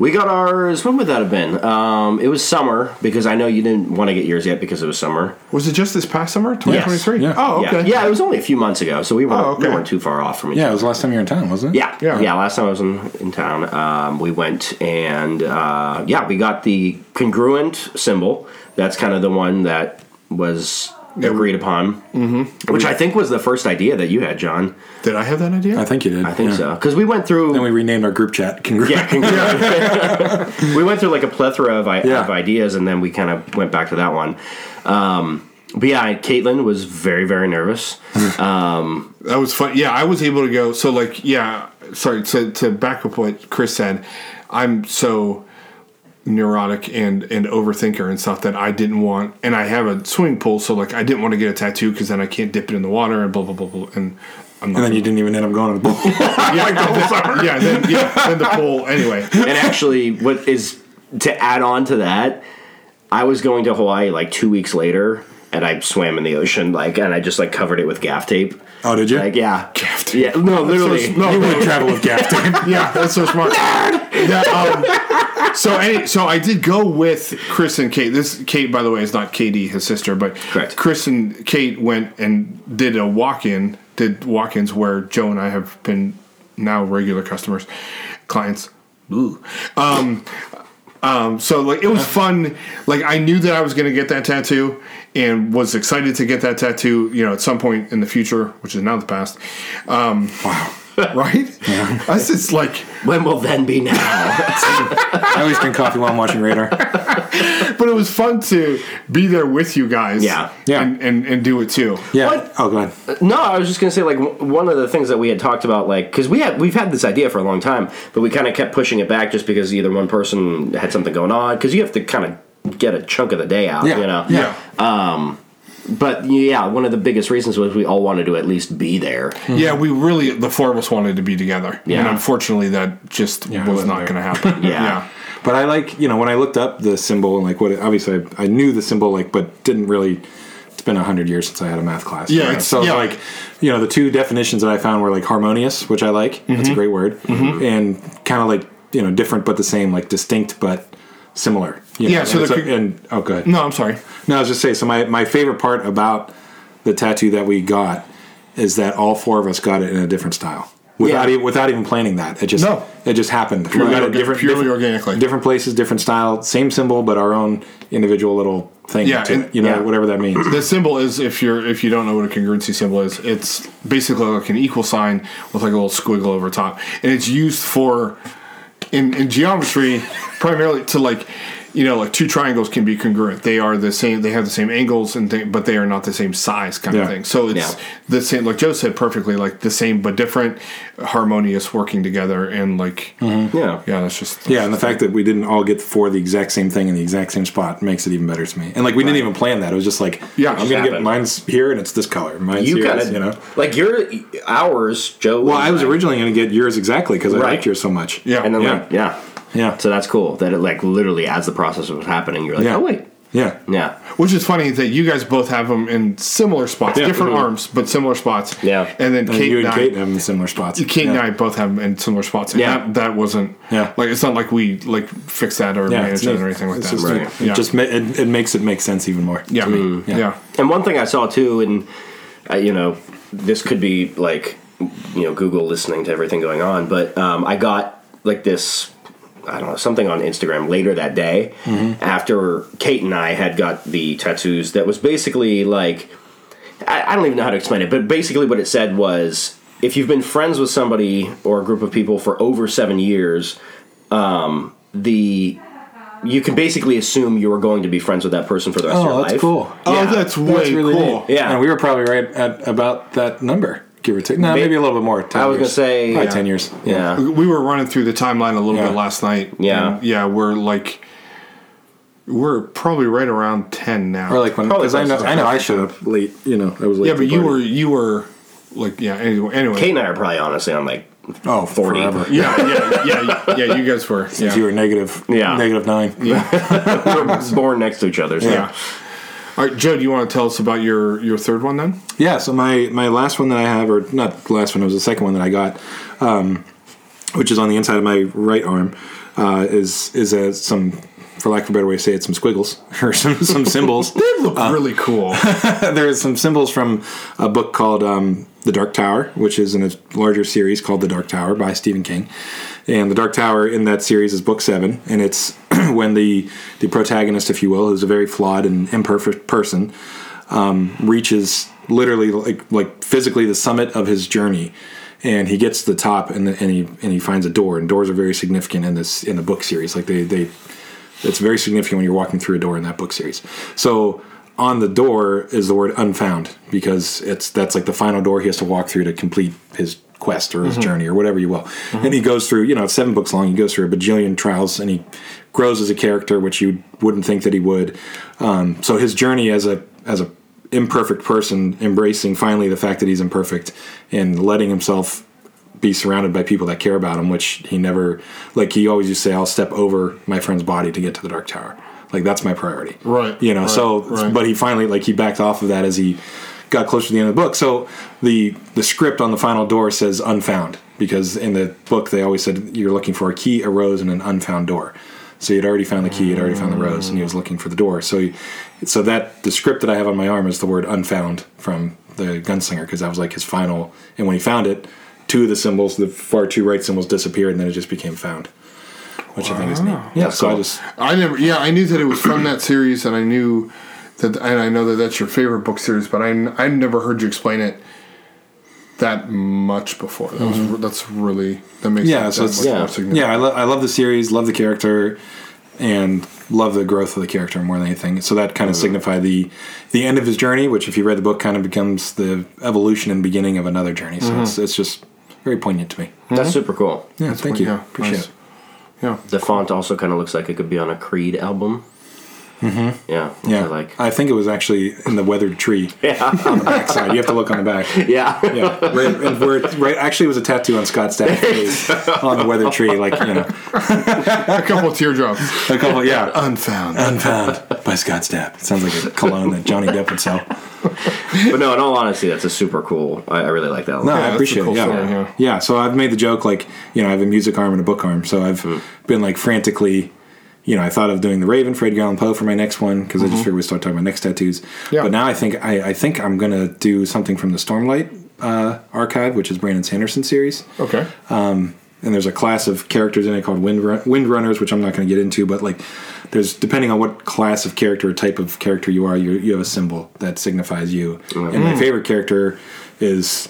[SPEAKER 1] We got ours. When would that have been? Um, it was summer because I know you didn't want to get yours yet because it was summer.
[SPEAKER 2] Was it just this past summer, 2023?
[SPEAKER 3] Yeah.
[SPEAKER 2] Oh, okay.
[SPEAKER 1] Yeah, yeah. It was only a few months ago, so we weren't
[SPEAKER 2] Oh, okay.
[SPEAKER 1] we weren't too far off from each
[SPEAKER 3] Yeah, it was the last time you were in town, wasn't it?
[SPEAKER 1] Yeah,
[SPEAKER 2] Yeah.
[SPEAKER 1] yeah, Last time I was in, in town, um, we went and uh, yeah, we got the congruent symbol. That's kind of the one that was agreed upon, mm-hmm. which I think was the first idea that you had, John.
[SPEAKER 2] Did I have that idea?
[SPEAKER 3] I think you did.
[SPEAKER 1] I think
[SPEAKER 3] yeah.
[SPEAKER 1] so because we went through.
[SPEAKER 3] Then we renamed our group chat. Congr-
[SPEAKER 1] yeah, congruent. we went through like a plethora of, I-
[SPEAKER 3] Yeah.
[SPEAKER 1] of ideas, and then we kind of went back to that one. Um, but yeah, Caitlin was very very nervous.
[SPEAKER 2] that was fun. Yeah, I was able to go. So, like, yeah, sorry, to, to back up what Chris said, I'm so neurotic and and overthinker and stuff that I didn't want and I have a swimming pool so like I didn't want to get a tattoo because then I can't dip it in the water and blah blah blah blah and I'm
[SPEAKER 3] And
[SPEAKER 2] not
[SPEAKER 3] then you didn't even end up going to the bowl.
[SPEAKER 2] yeah, then, yeah, then, yeah then the pool anyway
[SPEAKER 1] and actually, what is to add on to that, I was going to Hawaii like two weeks later, and I swam in the ocean, like, and I just like covered it with gaff tape.
[SPEAKER 3] Oh, did you?
[SPEAKER 1] Like, yeah, gaff tape. Yeah, no, literally.
[SPEAKER 2] no
[SPEAKER 3] you would travel with gaff tape.
[SPEAKER 2] yeah that's so smart Yeah, um, so any, so I did go with Chris and Kate. This Kate, by the way, is not Katie, his sister, but
[SPEAKER 1] Correct.
[SPEAKER 2] Chris and Kate went and did a walk-in. Did walk-ins where Joe and I have been now regular customers, clients. Ooh. Um, um, so like it was fun. Like I knew that I was going to get that tattoo and was excited to get that tattoo. You know, at some point in the future, which is now the past. Um, wow. Right? Yeah. That's just like
[SPEAKER 1] When will then be now?
[SPEAKER 3] I always drink coffee while I'm watching Radar.
[SPEAKER 2] but it was fun to be there with you guys.
[SPEAKER 1] Yeah.
[SPEAKER 3] Yeah.
[SPEAKER 2] And and, and do it too.
[SPEAKER 3] Yeah.
[SPEAKER 1] What?
[SPEAKER 3] Oh, go ahead.
[SPEAKER 1] no, I was just gonna say like w- one of the things that we had talked about, like because we had we've had this idea for a long time, but we kind of kept pushing it back just because either one person had something going on. Because you have to kind of get a chunk of the day out,
[SPEAKER 3] Yeah.
[SPEAKER 1] you know.
[SPEAKER 3] Yeah.
[SPEAKER 1] But yeah, one of the biggest reasons was we all wanted to at least be there.
[SPEAKER 3] Um,
[SPEAKER 2] Yeah, we really the four of us wanted to be together.
[SPEAKER 1] Yeah.
[SPEAKER 2] And unfortunately that just was
[SPEAKER 3] wasn't
[SPEAKER 2] not
[SPEAKER 3] there.
[SPEAKER 2] gonna happen.
[SPEAKER 1] Yeah.
[SPEAKER 3] But I like, you know, when I looked up the symbol and like what it, obviously I, I knew the symbol, like, but didn't really. It's been a hundred years since I had a math class.
[SPEAKER 2] Yeah,
[SPEAKER 3] you know?
[SPEAKER 2] it's-
[SPEAKER 3] so
[SPEAKER 2] yeah.
[SPEAKER 3] like, you know, the two definitions that I found were like harmonious, which I like.
[SPEAKER 2] Mm-hmm.
[SPEAKER 3] That's a great word, and kind of like you know different but the same, like distinct but similar. you
[SPEAKER 2] Yeah,
[SPEAKER 3] know?
[SPEAKER 2] so
[SPEAKER 3] and,
[SPEAKER 2] the
[SPEAKER 3] it's a-
[SPEAKER 2] cre-
[SPEAKER 3] and oh, good.
[SPEAKER 2] No, I'm sorry.
[SPEAKER 3] No, I was just saying. So my my favorite part about the tattoo that we got is that all four of us got it in a different style. Without
[SPEAKER 1] Yeah.
[SPEAKER 3] even without even planning that, it just
[SPEAKER 2] No.
[SPEAKER 3] it just happened.
[SPEAKER 2] Purely
[SPEAKER 3] we got it
[SPEAKER 2] orga-
[SPEAKER 3] different,
[SPEAKER 2] purely
[SPEAKER 3] different-
[SPEAKER 2] organically.
[SPEAKER 3] different places, different style, same symbol, but our own individual little thing.
[SPEAKER 2] Yeah,
[SPEAKER 3] to
[SPEAKER 2] and-
[SPEAKER 3] it, you know
[SPEAKER 1] yeah.
[SPEAKER 3] whatever that means.
[SPEAKER 2] The symbol is if you're if you don't know what a congruency symbol is, it's basically like an equal sign with like a little squiggle over top, and it's used for in in geometry primarily to like you know like two triangles can be congruent. They are the same. They have the same angles and thing, but they are not the same size kind of
[SPEAKER 3] Yeah.
[SPEAKER 2] thing. So it's
[SPEAKER 1] Yeah.
[SPEAKER 2] the same. Like Joe said perfectly, like the same but different, harmonious working together, and like
[SPEAKER 1] Yeah.
[SPEAKER 2] yeah, that's just
[SPEAKER 3] Mm-hmm. Yeah, and the fact that we didn't all get for the exact same thing in the exact same spot makes it even better to me. And like we didn't even plan that; it was just like,
[SPEAKER 2] Yeah,
[SPEAKER 3] I'm
[SPEAKER 2] just
[SPEAKER 3] gonna get
[SPEAKER 1] happened.
[SPEAKER 3] mine's here and it's this color. Mine's
[SPEAKER 1] You
[SPEAKER 3] here,
[SPEAKER 1] kind
[SPEAKER 3] it's,
[SPEAKER 1] of,
[SPEAKER 3] you know.
[SPEAKER 1] like your ours, Joe.
[SPEAKER 3] Well, I was
[SPEAKER 1] originally.
[SPEAKER 3] originally gonna get yours exactly because I
[SPEAKER 1] Right.
[SPEAKER 3] liked yours so much.
[SPEAKER 2] Yeah.
[SPEAKER 1] And then
[SPEAKER 3] Yeah.
[SPEAKER 1] like yeah.
[SPEAKER 3] yeah,
[SPEAKER 1] So that's cool that it like literally as the process was happening, you're like,
[SPEAKER 3] Yeah.
[SPEAKER 1] oh wait,
[SPEAKER 3] yeah.
[SPEAKER 1] yeah,
[SPEAKER 2] Which is funny that you guys both have them in similar spots,
[SPEAKER 3] Yeah.
[SPEAKER 2] different
[SPEAKER 3] Mhm.
[SPEAKER 2] arms, but similar spots.
[SPEAKER 1] Yeah.
[SPEAKER 2] And then
[SPEAKER 3] And
[SPEAKER 2] Kate
[SPEAKER 3] you
[SPEAKER 2] and
[SPEAKER 3] and
[SPEAKER 2] I,
[SPEAKER 3] Kate have in similar spots.
[SPEAKER 2] Kate
[SPEAKER 3] yeah.
[SPEAKER 2] and I both have them in similar spots. And
[SPEAKER 1] Yeah.
[SPEAKER 2] That, that wasn't.
[SPEAKER 3] Yeah.
[SPEAKER 2] Like it's not like we like fix that or
[SPEAKER 3] Yeah,
[SPEAKER 2] manage
[SPEAKER 3] it's
[SPEAKER 2] it
[SPEAKER 3] neat.
[SPEAKER 2] or anything like
[SPEAKER 3] It's
[SPEAKER 2] that.
[SPEAKER 3] just-
[SPEAKER 1] Right.
[SPEAKER 3] It
[SPEAKER 2] Yeah.
[SPEAKER 3] just ma- it, it makes it make sense even more.
[SPEAKER 2] yeah. Mm,
[SPEAKER 3] to me.
[SPEAKER 1] Mm.
[SPEAKER 2] Yeah.
[SPEAKER 1] And one thing I saw too, and uh, you know, this could be like you know Google listening to everything going on, but um, I got like this. I don't know something on Instagram later that day
[SPEAKER 3] Mm-hmm.
[SPEAKER 1] after Kate and I had got the tattoos. That was basically like I, I don't even know how to explain it, but basically what it said was if you've been friends with somebody or a group of people for over seven years, um, the you can basically assume you are going to be friends with that person for the rest of your
[SPEAKER 3] Oh,
[SPEAKER 1] life.
[SPEAKER 3] that's cool.
[SPEAKER 2] Oh,
[SPEAKER 1] Yeah.
[SPEAKER 2] that's way cool.
[SPEAKER 1] neat. Yeah.
[SPEAKER 3] and we were probably right at about that number, give or take. No, maybe a little bit more. 10
[SPEAKER 1] I was gonna
[SPEAKER 3] years.
[SPEAKER 1] say-
[SPEAKER 3] probably
[SPEAKER 1] Yeah.
[SPEAKER 3] ten years.
[SPEAKER 1] Yeah.
[SPEAKER 2] We were running through the timeline a little
[SPEAKER 3] Yeah.
[SPEAKER 2] bit last night.
[SPEAKER 1] Yeah.
[SPEAKER 2] and yeah. We're like. We're probably right around ten now.
[SPEAKER 3] or like when
[SPEAKER 1] Probably
[SPEAKER 3] because I know
[SPEAKER 1] close to
[SPEAKER 3] I know I showed up late. You know, I was late.
[SPEAKER 2] yeah,
[SPEAKER 3] to
[SPEAKER 2] but
[SPEAKER 3] the
[SPEAKER 2] you
[SPEAKER 3] party.
[SPEAKER 2] were you were like yeah. Anyway, anyway.
[SPEAKER 1] Kate and I are probably honestly on like
[SPEAKER 3] oh
[SPEAKER 1] 40.
[SPEAKER 3] forever.
[SPEAKER 2] Yeah, yeah, yeah, yeah. You guys were.
[SPEAKER 3] Since
[SPEAKER 2] yeah.
[SPEAKER 3] you were negative,
[SPEAKER 1] Yeah.
[SPEAKER 3] negative nine.
[SPEAKER 1] we were born next to each other. So.
[SPEAKER 2] Yeah. All right, Joe, do you want to tell us about your your third one then?
[SPEAKER 3] Yeah, so my my last one that I have, or not the last one, it was the second one that I got, um, which is on the inside of my right arm, uh, is is a, some, for lack of a better way to say it, some squiggles or some some symbols.
[SPEAKER 2] They look really cool.
[SPEAKER 3] There's some symbols from a book called um, The Dark Tower, which is in a larger series called The Dark Tower by Stephen King. And The Dark Tower in that series is book seven, and it's when the the protagonist, if you will, who's a very flawed and imperfect person, um, reaches literally like like physically the summit of his journey and he gets to the top and, and he and he finds a door and doors are very significant in this in the book series like they they it's very significant when you're walking through a door in that book series so on the door is the word unfound because it's that's like the final door he has to walk through to complete his quest or his journey or whatever you will and he goes through you know it's seven books long he goes through a bajillion trials and he grows as a character which you wouldn't think that he would um, so his journey as a as a imperfect person embracing finally the fact that he's imperfect and letting himself be surrounded by people that care about him which he never like he always used to say i'll step over my friend's body to get to the dark tower like that's my priority
[SPEAKER 2] Right,
[SPEAKER 3] you know
[SPEAKER 2] right,
[SPEAKER 3] so
[SPEAKER 2] right.
[SPEAKER 3] but he finally like he backed off of that as he got closer to the end of the book so the the script on the final door says unfound because in the book they always said you're looking for a key, a rose, and an unfound door. So he'd already found the key, he'd already found the rose, and he was looking for the door. So, he, so that the script that I have on my arm is the word "unfound" from the gunslinger because that was like his final. And when he found it, two of the symbols, the far two right symbols, disappeared, and then it just became found, which I think is neat. Yeah, so I just
[SPEAKER 2] I never. Yeah, I knew that it was from that series, and I knew that, and I know that that's your favorite book series, but I I never heard you explain it that much before. That was that's really that makes
[SPEAKER 3] Yeah,
[SPEAKER 2] it
[SPEAKER 3] so
[SPEAKER 2] that
[SPEAKER 3] it's-
[SPEAKER 2] much
[SPEAKER 1] yeah.
[SPEAKER 2] more significant.
[SPEAKER 3] yeah, I, lo- I love the series, love the character, and love the growth of the character more than anything. So that kind of signified the the end of his journey, which if you read the book, kind of becomes the evolution and beginning of another journey. So it's, it's just very poignant to me.
[SPEAKER 1] That's super cool.
[SPEAKER 3] Yeah, thank you,
[SPEAKER 2] yeah,
[SPEAKER 3] appreciate
[SPEAKER 2] nice.
[SPEAKER 3] it.
[SPEAKER 2] Yeah,
[SPEAKER 1] The font also kind of looks like it could be on a Creed album. Mm-hmm. Yeah. which
[SPEAKER 3] Yeah,
[SPEAKER 1] I like.
[SPEAKER 3] I think it was actually in the weathered tree
[SPEAKER 1] Yeah.
[SPEAKER 3] on the backside. You have to look on the back.
[SPEAKER 1] yeah.
[SPEAKER 3] Yeah, right, and where it's- right. Actually, it was a tattoo on Scott Staff's face on the weathered tree, like you know,
[SPEAKER 2] a couple of teardrops
[SPEAKER 3] a couple. Yeah,
[SPEAKER 2] unfound.
[SPEAKER 3] Unfound by Scott Stapp. It sounds like a cologne that Johnny Depp would sell.
[SPEAKER 1] But no, in all honesty, that's a super cool. I, I really like that.
[SPEAKER 3] No,
[SPEAKER 1] one.
[SPEAKER 3] I
[SPEAKER 2] that's a
[SPEAKER 3] appreciate
[SPEAKER 2] cool
[SPEAKER 3] it. Yeah.
[SPEAKER 2] story, yeah.
[SPEAKER 3] yeah. So I've made the joke like, you know, I have a music arm and a book arm. So I've
[SPEAKER 2] Hmm.
[SPEAKER 3] been like frantically, you know, I thought of doing the Raven, Fred Allan Poe for my next one because I just figured we'd start talking about next tattoos.
[SPEAKER 2] Mm-hmm. Yeah.
[SPEAKER 3] But now I think I, I think I'm gonna do something from the Stormlight uh, archive, which is Brandon Sanderson series.
[SPEAKER 2] Okay,
[SPEAKER 3] and there's a class of characters in it called wind run- wind runners, which I'm not going to get into, but like there's depending on what class of character or type of character you are, you you have a symbol that signifies you. And my favorite character is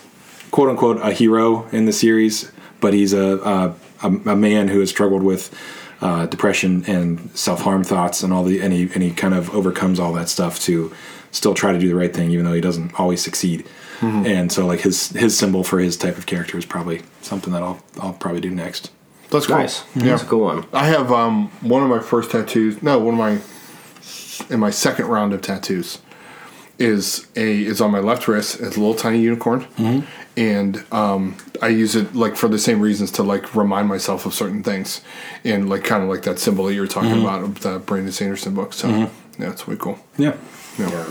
[SPEAKER 3] quote unquote a hero in the series, but he's a a, a, a man who has struggled with uh, depression and self harm thoughts and all the and he, and he kind of overcomes all that stuff to still try to do the right thing, even though he doesn't always succeed. And so, like his his symbol for his type of character is probably something that I'll I'll probably do next.
[SPEAKER 2] that's cool.
[SPEAKER 1] nice.
[SPEAKER 2] Yeah.
[SPEAKER 1] That's a cool one.
[SPEAKER 2] I have um, one of my first tattoos. No, one of my in my second round of tattoos is a is on my left wrist. It's a little tiny unicorn, and um, I use it like for the same reasons to like remind myself of certain things, and like kind of like that symbol that you were talking about of the Brandon Sanderson book. So yeah, it's way cool.
[SPEAKER 3] Yeah,
[SPEAKER 2] Yeah.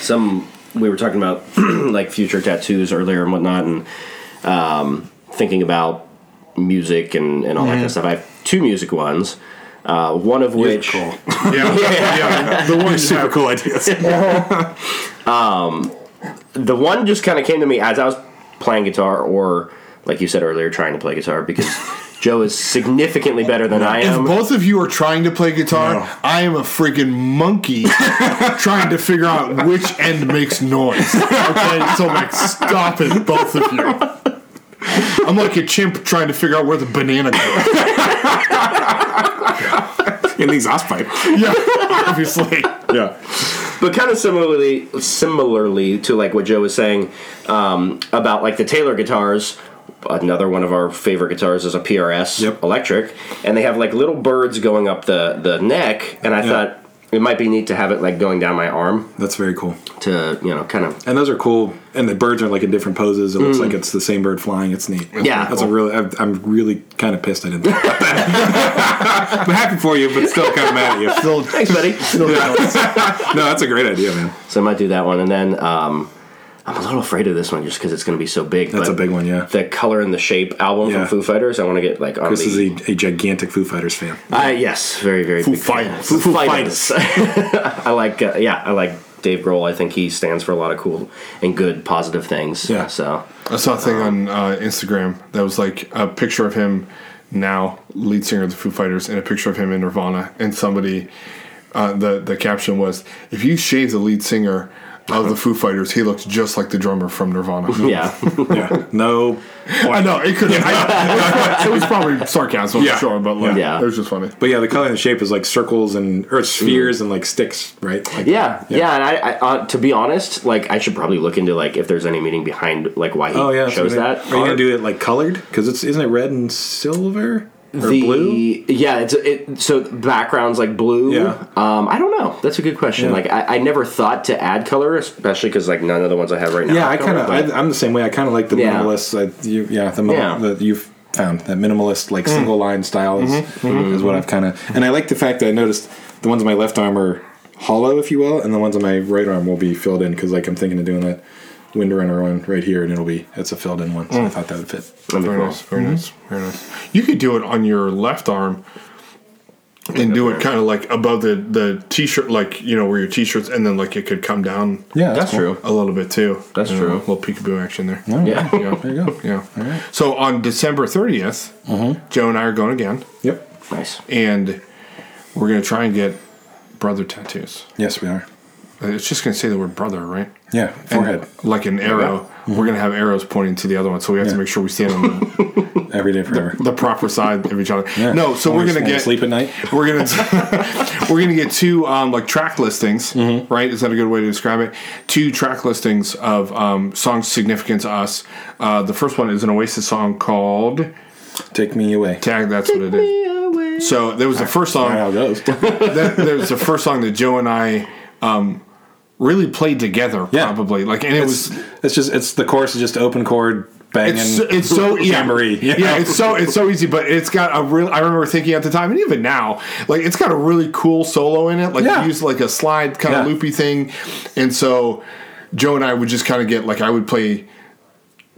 [SPEAKER 1] Some we were talking about like future tattoos earlier and whatnot, and um, thinking about music and, and all that kind of stuff. I have two music ones. Uh, one of which
[SPEAKER 2] Yeah, yeah, The one you have-
[SPEAKER 3] cool ideas.
[SPEAKER 1] Um, the one just kind of came to me as I was playing guitar, or like you said earlier, trying to play guitar because Joe is significantly better than I
[SPEAKER 2] If
[SPEAKER 1] am.
[SPEAKER 2] both of you are trying to play guitar,
[SPEAKER 3] Um, No.
[SPEAKER 2] I am a freaking monkey trying to figure out which end makes noise. Okay, so I'm like, stop it, both of you. I'm like a chimp trying to figure out where the banana goes.
[SPEAKER 3] In the exhaust pipe.
[SPEAKER 2] Yeah, obviously.
[SPEAKER 3] Yeah,
[SPEAKER 1] but kind of similarly similarly to like what Joe was saying um, about like the Taylor guitars. Another one of our favorite guitars is a PRS
[SPEAKER 3] Yep.
[SPEAKER 1] electric, and they have like little birds going up the the neck, and I thought it might be neat to have it like going down my arm
[SPEAKER 3] that's very cool.
[SPEAKER 1] to you know kind of
[SPEAKER 3] And those are cool. And the birds are like in different poses. It looks like it's the same bird flying. It's neat.
[SPEAKER 1] Yeah.
[SPEAKER 3] that's a really. I'm- I'm really kind of pissed I didn't. Think about that. I'm happy for you, but still kind of mad at you.
[SPEAKER 2] Still,
[SPEAKER 1] thanks, buddy.
[SPEAKER 2] still jealous.
[SPEAKER 3] No, that's a great idea, man.
[SPEAKER 1] So I might do that one, and then um, I'm a little afraid of this one just because it's going to be so big.
[SPEAKER 3] That's
[SPEAKER 1] but
[SPEAKER 3] a big one, yeah.
[SPEAKER 1] The color and the shape album
[SPEAKER 3] Yeah.
[SPEAKER 1] from Foo Fighters. I want to get like on
[SPEAKER 3] This
[SPEAKER 1] the.
[SPEAKER 3] is a, a gigantic Foo Fighters fan.
[SPEAKER 1] Uh, yes, very very
[SPEAKER 2] Foo
[SPEAKER 1] big fan.
[SPEAKER 2] Fighters.
[SPEAKER 1] Foo Fighters. I like uh, yeah I like Dave Grohl. I think he stands for a lot of cool and good positive things.
[SPEAKER 3] Yeah.
[SPEAKER 1] So
[SPEAKER 2] I saw a thing on uh, Instagram that was like a picture of him now, lead singer of the Foo Fighters, and a picture of him in Nirvana. And somebody, uh, the the caption was, "If you shave the lead singer of the Foo Fighters, he looks just like the drummer from Nirvana."
[SPEAKER 1] yeah,
[SPEAKER 3] Yeah, no
[SPEAKER 2] I know it could. I- it was probably sarcasm, I'm
[SPEAKER 3] Yeah.
[SPEAKER 2] sure, but like,
[SPEAKER 1] Yeah.
[SPEAKER 2] it was just funny.
[SPEAKER 3] But yeah, the color and the shape is like circles and or spheres and like sticks, right? Like,
[SPEAKER 1] yeah, yeah. And I, I uh, to be honest, like I should probably look into like if there's any meaning behind like why he
[SPEAKER 3] Oh yeah. that's
[SPEAKER 1] chose
[SPEAKER 3] what I-
[SPEAKER 1] that.
[SPEAKER 3] Are you gonna
[SPEAKER 1] art.
[SPEAKER 3] do it like colored? Because it's isn't it red and silver or
[SPEAKER 1] the
[SPEAKER 3] blue?
[SPEAKER 1] yeah it's it so the background's like blue
[SPEAKER 3] Yeah.
[SPEAKER 1] um i don't know that's a good question
[SPEAKER 3] Yeah.
[SPEAKER 1] like I, I never thought to add color especially because like none of the ones i have right now
[SPEAKER 3] Yeah,
[SPEAKER 1] have
[SPEAKER 3] I kind
[SPEAKER 1] color,
[SPEAKER 3] of
[SPEAKER 1] but-
[SPEAKER 3] I'm the same way. I kind of like the
[SPEAKER 1] Yeah.
[SPEAKER 3] minimalist. I, you, yeah, the minimal
[SPEAKER 1] Yeah. Mm.
[SPEAKER 3] that you've found that minimalist like single line style is,
[SPEAKER 1] Mm-hmm.
[SPEAKER 3] is what I've kind of and I like the fact that I noticed the ones on my left arm are hollow, if you will, and the ones on my right arm will be filled in because like I'm thinking of doing that windrunner one right here, and it'll be it's a filled in one.
[SPEAKER 1] Mm.
[SPEAKER 3] So I thought that would fit.
[SPEAKER 1] That'd be
[SPEAKER 2] Very
[SPEAKER 1] cool.
[SPEAKER 2] nice. Very nice. Very nice. You could do it on your left arm and do it kind of like above the the t-shirt, like you know where your t-shirts, and then like it could come down.
[SPEAKER 3] Yeah,
[SPEAKER 1] That's
[SPEAKER 3] cool.
[SPEAKER 1] true.
[SPEAKER 2] A little bit too.
[SPEAKER 1] That's
[SPEAKER 2] You know,
[SPEAKER 1] true.
[SPEAKER 2] A little peekaboo action there.
[SPEAKER 3] All right,
[SPEAKER 1] Yeah.
[SPEAKER 3] there you go. Mm-hmm.
[SPEAKER 2] Yeah. So on December 30th, Joe and I are going again,
[SPEAKER 3] Yep.
[SPEAKER 1] Nice.
[SPEAKER 2] and we're going to try and get brother tattoos.
[SPEAKER 3] Yes, we are.
[SPEAKER 2] It's just going to say the word brother, right?
[SPEAKER 3] Yeah,
[SPEAKER 2] And
[SPEAKER 3] forehead
[SPEAKER 2] like an arrow. We're going to have arrows pointing to the other one, so we have to
[SPEAKER 3] Yeah.
[SPEAKER 2] make sure we stand on the,
[SPEAKER 3] every day forever.
[SPEAKER 2] the proper side of each other.
[SPEAKER 3] Yeah.
[SPEAKER 2] No, so
[SPEAKER 3] When
[SPEAKER 2] we're
[SPEAKER 3] we-
[SPEAKER 2] going to
[SPEAKER 3] when we
[SPEAKER 2] get
[SPEAKER 3] sleep at night.
[SPEAKER 2] we're gonna we're gonna get two um, like track listings,
[SPEAKER 3] Mm-hmm.
[SPEAKER 2] right? Is that a good way to describe it? Two track listings of um, songs significant to us. Uh, the first one is an Oasis song called
[SPEAKER 3] Take me away.
[SPEAKER 2] "Tag." That's what it is. So there was the first
[SPEAKER 3] All right, how
[SPEAKER 2] song.
[SPEAKER 3] it goes.
[SPEAKER 2] That, there was the first song that Joe and I um, really played together,
[SPEAKER 3] Yeah.
[SPEAKER 2] probably. Like, and it
[SPEAKER 3] it's,
[SPEAKER 2] was.
[SPEAKER 3] it's just it's the course is just open chord banging.
[SPEAKER 2] It's, it's so yeah,
[SPEAKER 3] jamboree, you
[SPEAKER 2] yeah.
[SPEAKER 3] know?
[SPEAKER 2] It's so it's so easy, but it's got a real. I remember thinking at the time, and even now, like it's got a really cool solo in it. Like
[SPEAKER 3] Yeah.
[SPEAKER 2] you use like a slide kind
[SPEAKER 3] Yeah.
[SPEAKER 2] of loopy thing, and so Joe and I would just kind of get like I would play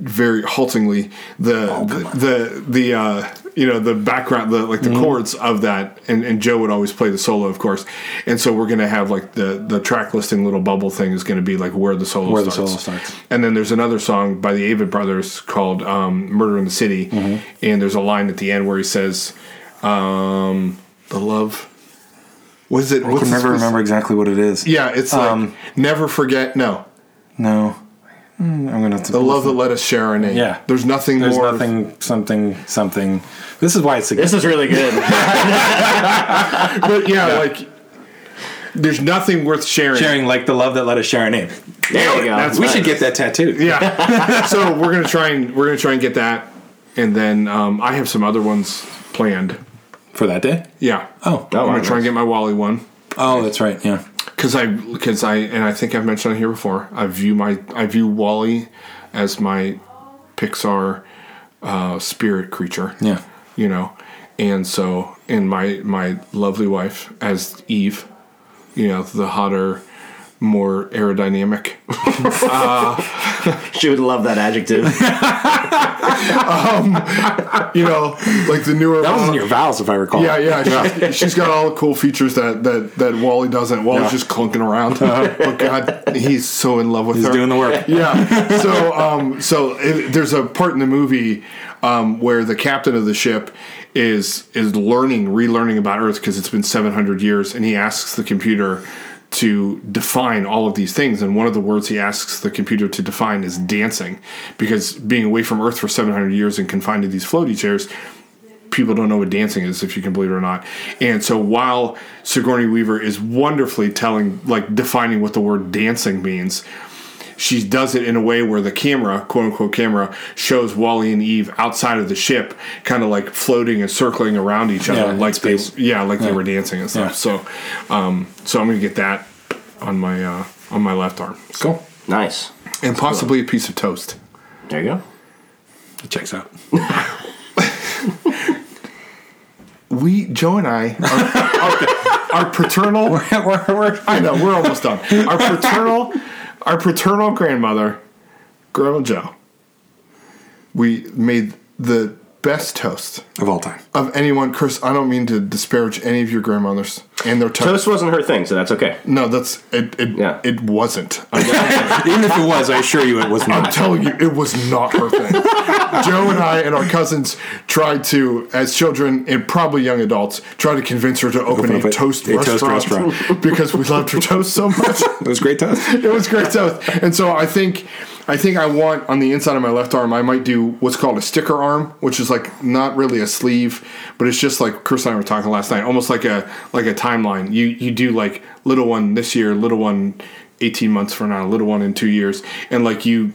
[SPEAKER 2] very haltingly the the the, the uh, you know the background the like the
[SPEAKER 3] Mm-hmm.
[SPEAKER 2] chords of that, and, and Joe would always play the solo, of course. And so we're gonna have like the the track listing little bubble thing is gonna be like where the solo
[SPEAKER 3] Where the
[SPEAKER 2] starts.
[SPEAKER 3] solo starts.
[SPEAKER 2] And then there's another song by the Avid Brothers called um, "Murder in the City,"
[SPEAKER 3] Mm-hmm.
[SPEAKER 2] and there's a line at the end where he says, um, "The love." What is it?
[SPEAKER 3] I can never remember Um, exactly what it is.
[SPEAKER 2] Yeah, it's like never forget. No,
[SPEAKER 3] No. Mm, I'm gonna have to
[SPEAKER 2] the love that let us share our name.
[SPEAKER 3] Yeah.
[SPEAKER 2] there's nothing
[SPEAKER 3] There's
[SPEAKER 2] more.
[SPEAKER 3] nothing something something. This is why it's
[SPEAKER 1] This is really good.
[SPEAKER 2] but yeah, like there's nothing worth sharing.
[SPEAKER 3] sharing like the love that let us share our name.
[SPEAKER 1] there you go.
[SPEAKER 2] That's-
[SPEAKER 3] We
[SPEAKER 1] Nice.
[SPEAKER 3] should get that tattooed.
[SPEAKER 2] Yeah. so we're gonna try and we're gonna try and get that, and then um, I have some other ones planned.
[SPEAKER 3] For that day?
[SPEAKER 2] Yeah.
[SPEAKER 3] Oh.
[SPEAKER 2] I'm
[SPEAKER 1] wow,
[SPEAKER 2] gonna try
[SPEAKER 1] nice.
[SPEAKER 2] and get my Wally one.
[SPEAKER 3] Oh, that's right. Yeah.
[SPEAKER 2] because I because I and I think I've mentioned it here before. I view my I view Wally as my Pixar uh, spirit creature.
[SPEAKER 3] Yeah.
[SPEAKER 2] you know, and so and my my lovely wife as Eve. You know, the hotter, more aerodynamic.
[SPEAKER 1] She would love that adjective.
[SPEAKER 2] you know, like the newer.
[SPEAKER 3] That was in your vows if I recall.
[SPEAKER 2] yeah, yeah. She's, she's got all the cool features that that that Wally doesn't. Wally's
[SPEAKER 3] Yeah. Uh-huh.
[SPEAKER 2] just clunking around. But God, he's so in love with
[SPEAKER 3] He's
[SPEAKER 2] her.
[SPEAKER 3] doing the work.
[SPEAKER 2] yeah. So, um, so it, there's a part in the movie um, where the captain of the ship is is learning, relearning about Earth because it's been 700 years, and he asks the computer to define all of these things. And one of the words he asks the computer to define is dancing, because being away from Earth for 700 years and confined to these floaty chairs, people don't know what dancing is, if you can believe it or not. And so while Sigourney Weaver is wonderfully telling, like defining what the word dancing means, she does it in a way where the camera, quote unquote camera, shows Wally and Eve outside of the ship, kind of like floating and circling around each other,
[SPEAKER 3] Yeah, in
[SPEAKER 2] like they,
[SPEAKER 3] space.
[SPEAKER 2] yeah, like they were dancing and stuff. So, um, so I'm gonna get that on my uh, on my left arm,
[SPEAKER 3] Cool.
[SPEAKER 1] nice.
[SPEAKER 2] and possibly a piece of toast.
[SPEAKER 1] There you go.
[SPEAKER 3] It checks out.
[SPEAKER 2] We, Joe and I, are, are, are paternal.
[SPEAKER 3] We're- we're-
[SPEAKER 2] I know we're almost done. Our paternal, our paternal grandmother, Grandma Joe. We made the best toast
[SPEAKER 3] of all time.
[SPEAKER 2] of anyone. Chris, I don't mean to disparage any of your grandmothers and their toast.
[SPEAKER 1] Toast wasn't her thing, so that's okay.
[SPEAKER 2] No, that's it. It,
[SPEAKER 1] Yeah.
[SPEAKER 2] it wasn't. I'm
[SPEAKER 3] Even if it was, I assure you it was not.
[SPEAKER 2] telling you, it was not her thing. Joe and I and our cousins tried to, as children and probably young adults, try to convince her to open,
[SPEAKER 3] up
[SPEAKER 2] a,
[SPEAKER 3] a-
[SPEAKER 2] toast,
[SPEAKER 3] a toast
[SPEAKER 2] restaurant
[SPEAKER 3] restaurant.
[SPEAKER 2] because we loved her toast so much.
[SPEAKER 3] It was great toast.
[SPEAKER 2] it was great toast. And so I think I think I want on the inside of my left arm I might do what's called a sticker arm, which is like not really a sleeve, but it's just like Chris and I were talking last night, almost like a like a timeline. You you do like little one this year, little one 18 months from now, little one in 2 years and like you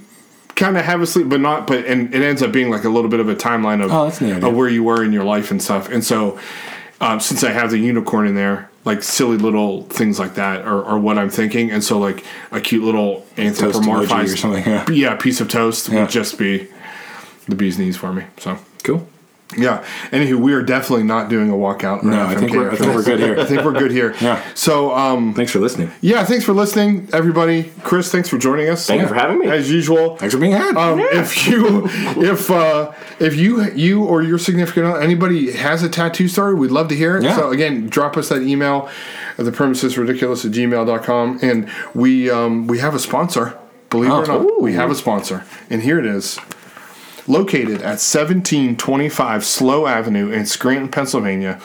[SPEAKER 2] kind of have a sleep but not but and it ends up being like a little bit of a timeline of,
[SPEAKER 3] Oh, that's neat.
[SPEAKER 2] of where you were in your life and stuff. And so, um, since I have the unicorn in there, like silly little things like that are, are what I'm thinking. And so, like a cute little
[SPEAKER 3] emoji
[SPEAKER 2] anthropomorphized
[SPEAKER 3] or something, yeah.
[SPEAKER 2] piece of toast
[SPEAKER 3] Yeah.
[SPEAKER 2] would just be the bee's knees for me. So
[SPEAKER 3] Cool.
[SPEAKER 2] Yeah. Anywho, we are definitely not doing a walkout.
[SPEAKER 3] No, I think we're- I think we're good here.
[SPEAKER 2] I think we're good here.
[SPEAKER 3] Yeah.
[SPEAKER 2] So, um,
[SPEAKER 3] Thanks for listening.
[SPEAKER 2] yeah, thanks for listening, everybody. Chris, thanks for joining us.
[SPEAKER 1] Thank you for having me.
[SPEAKER 2] As usual.
[SPEAKER 3] Thanks for being had.
[SPEAKER 2] Um, If you, if uh, if you, you or your significant other, anybody has a tattoo story, we'd love to hear it.
[SPEAKER 3] Yeah.
[SPEAKER 2] So again, drop us that email at the premises ridiculous at gmail.com. and we um, we have a sponsor. Believe it or
[SPEAKER 3] Oh.
[SPEAKER 2] not, we have a sponsor, and here it is. Located at 1725 Slow Avenue in Scranton, Pennsylvania,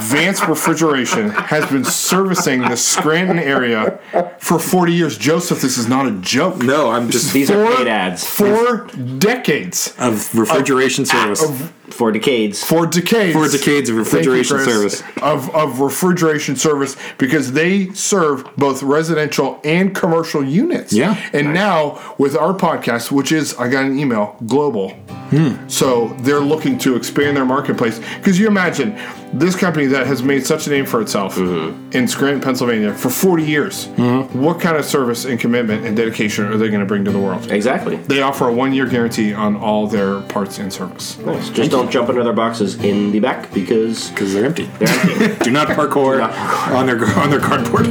[SPEAKER 2] Vance Refrigeration has been servicing the Scranton area for 40 years. Joseph, this is not a joke
[SPEAKER 3] no, I'm just
[SPEAKER 1] These are paid ads
[SPEAKER 2] four decades,
[SPEAKER 3] of refrigeration service.
[SPEAKER 1] for decades.
[SPEAKER 2] four decades,
[SPEAKER 3] Four decades of
[SPEAKER 2] Thank you,
[SPEAKER 3] refrigeration
[SPEAKER 2] Chris,
[SPEAKER 3] service.
[SPEAKER 2] of of refrigeration service because they serve both residential and commercial units.
[SPEAKER 3] Yeah.
[SPEAKER 2] and now with our podcast, which is I got an email global,
[SPEAKER 3] Hmm.
[SPEAKER 2] so they're looking to expand their marketplace because you imagine this company that has made such a name for itself
[SPEAKER 3] Mm-hmm.
[SPEAKER 2] in Scranton, Pennsylvania, for forty years. What kind of service and commitment and dedication are they going to bring to the world?
[SPEAKER 1] Exactly.
[SPEAKER 2] They offer a one year guarantee on all their parts and service.
[SPEAKER 1] Nice. Just don't jump into their boxes in the back because
[SPEAKER 3] Because they're empty.
[SPEAKER 1] they're empty.
[SPEAKER 3] Do not parkour on their on their cardboard.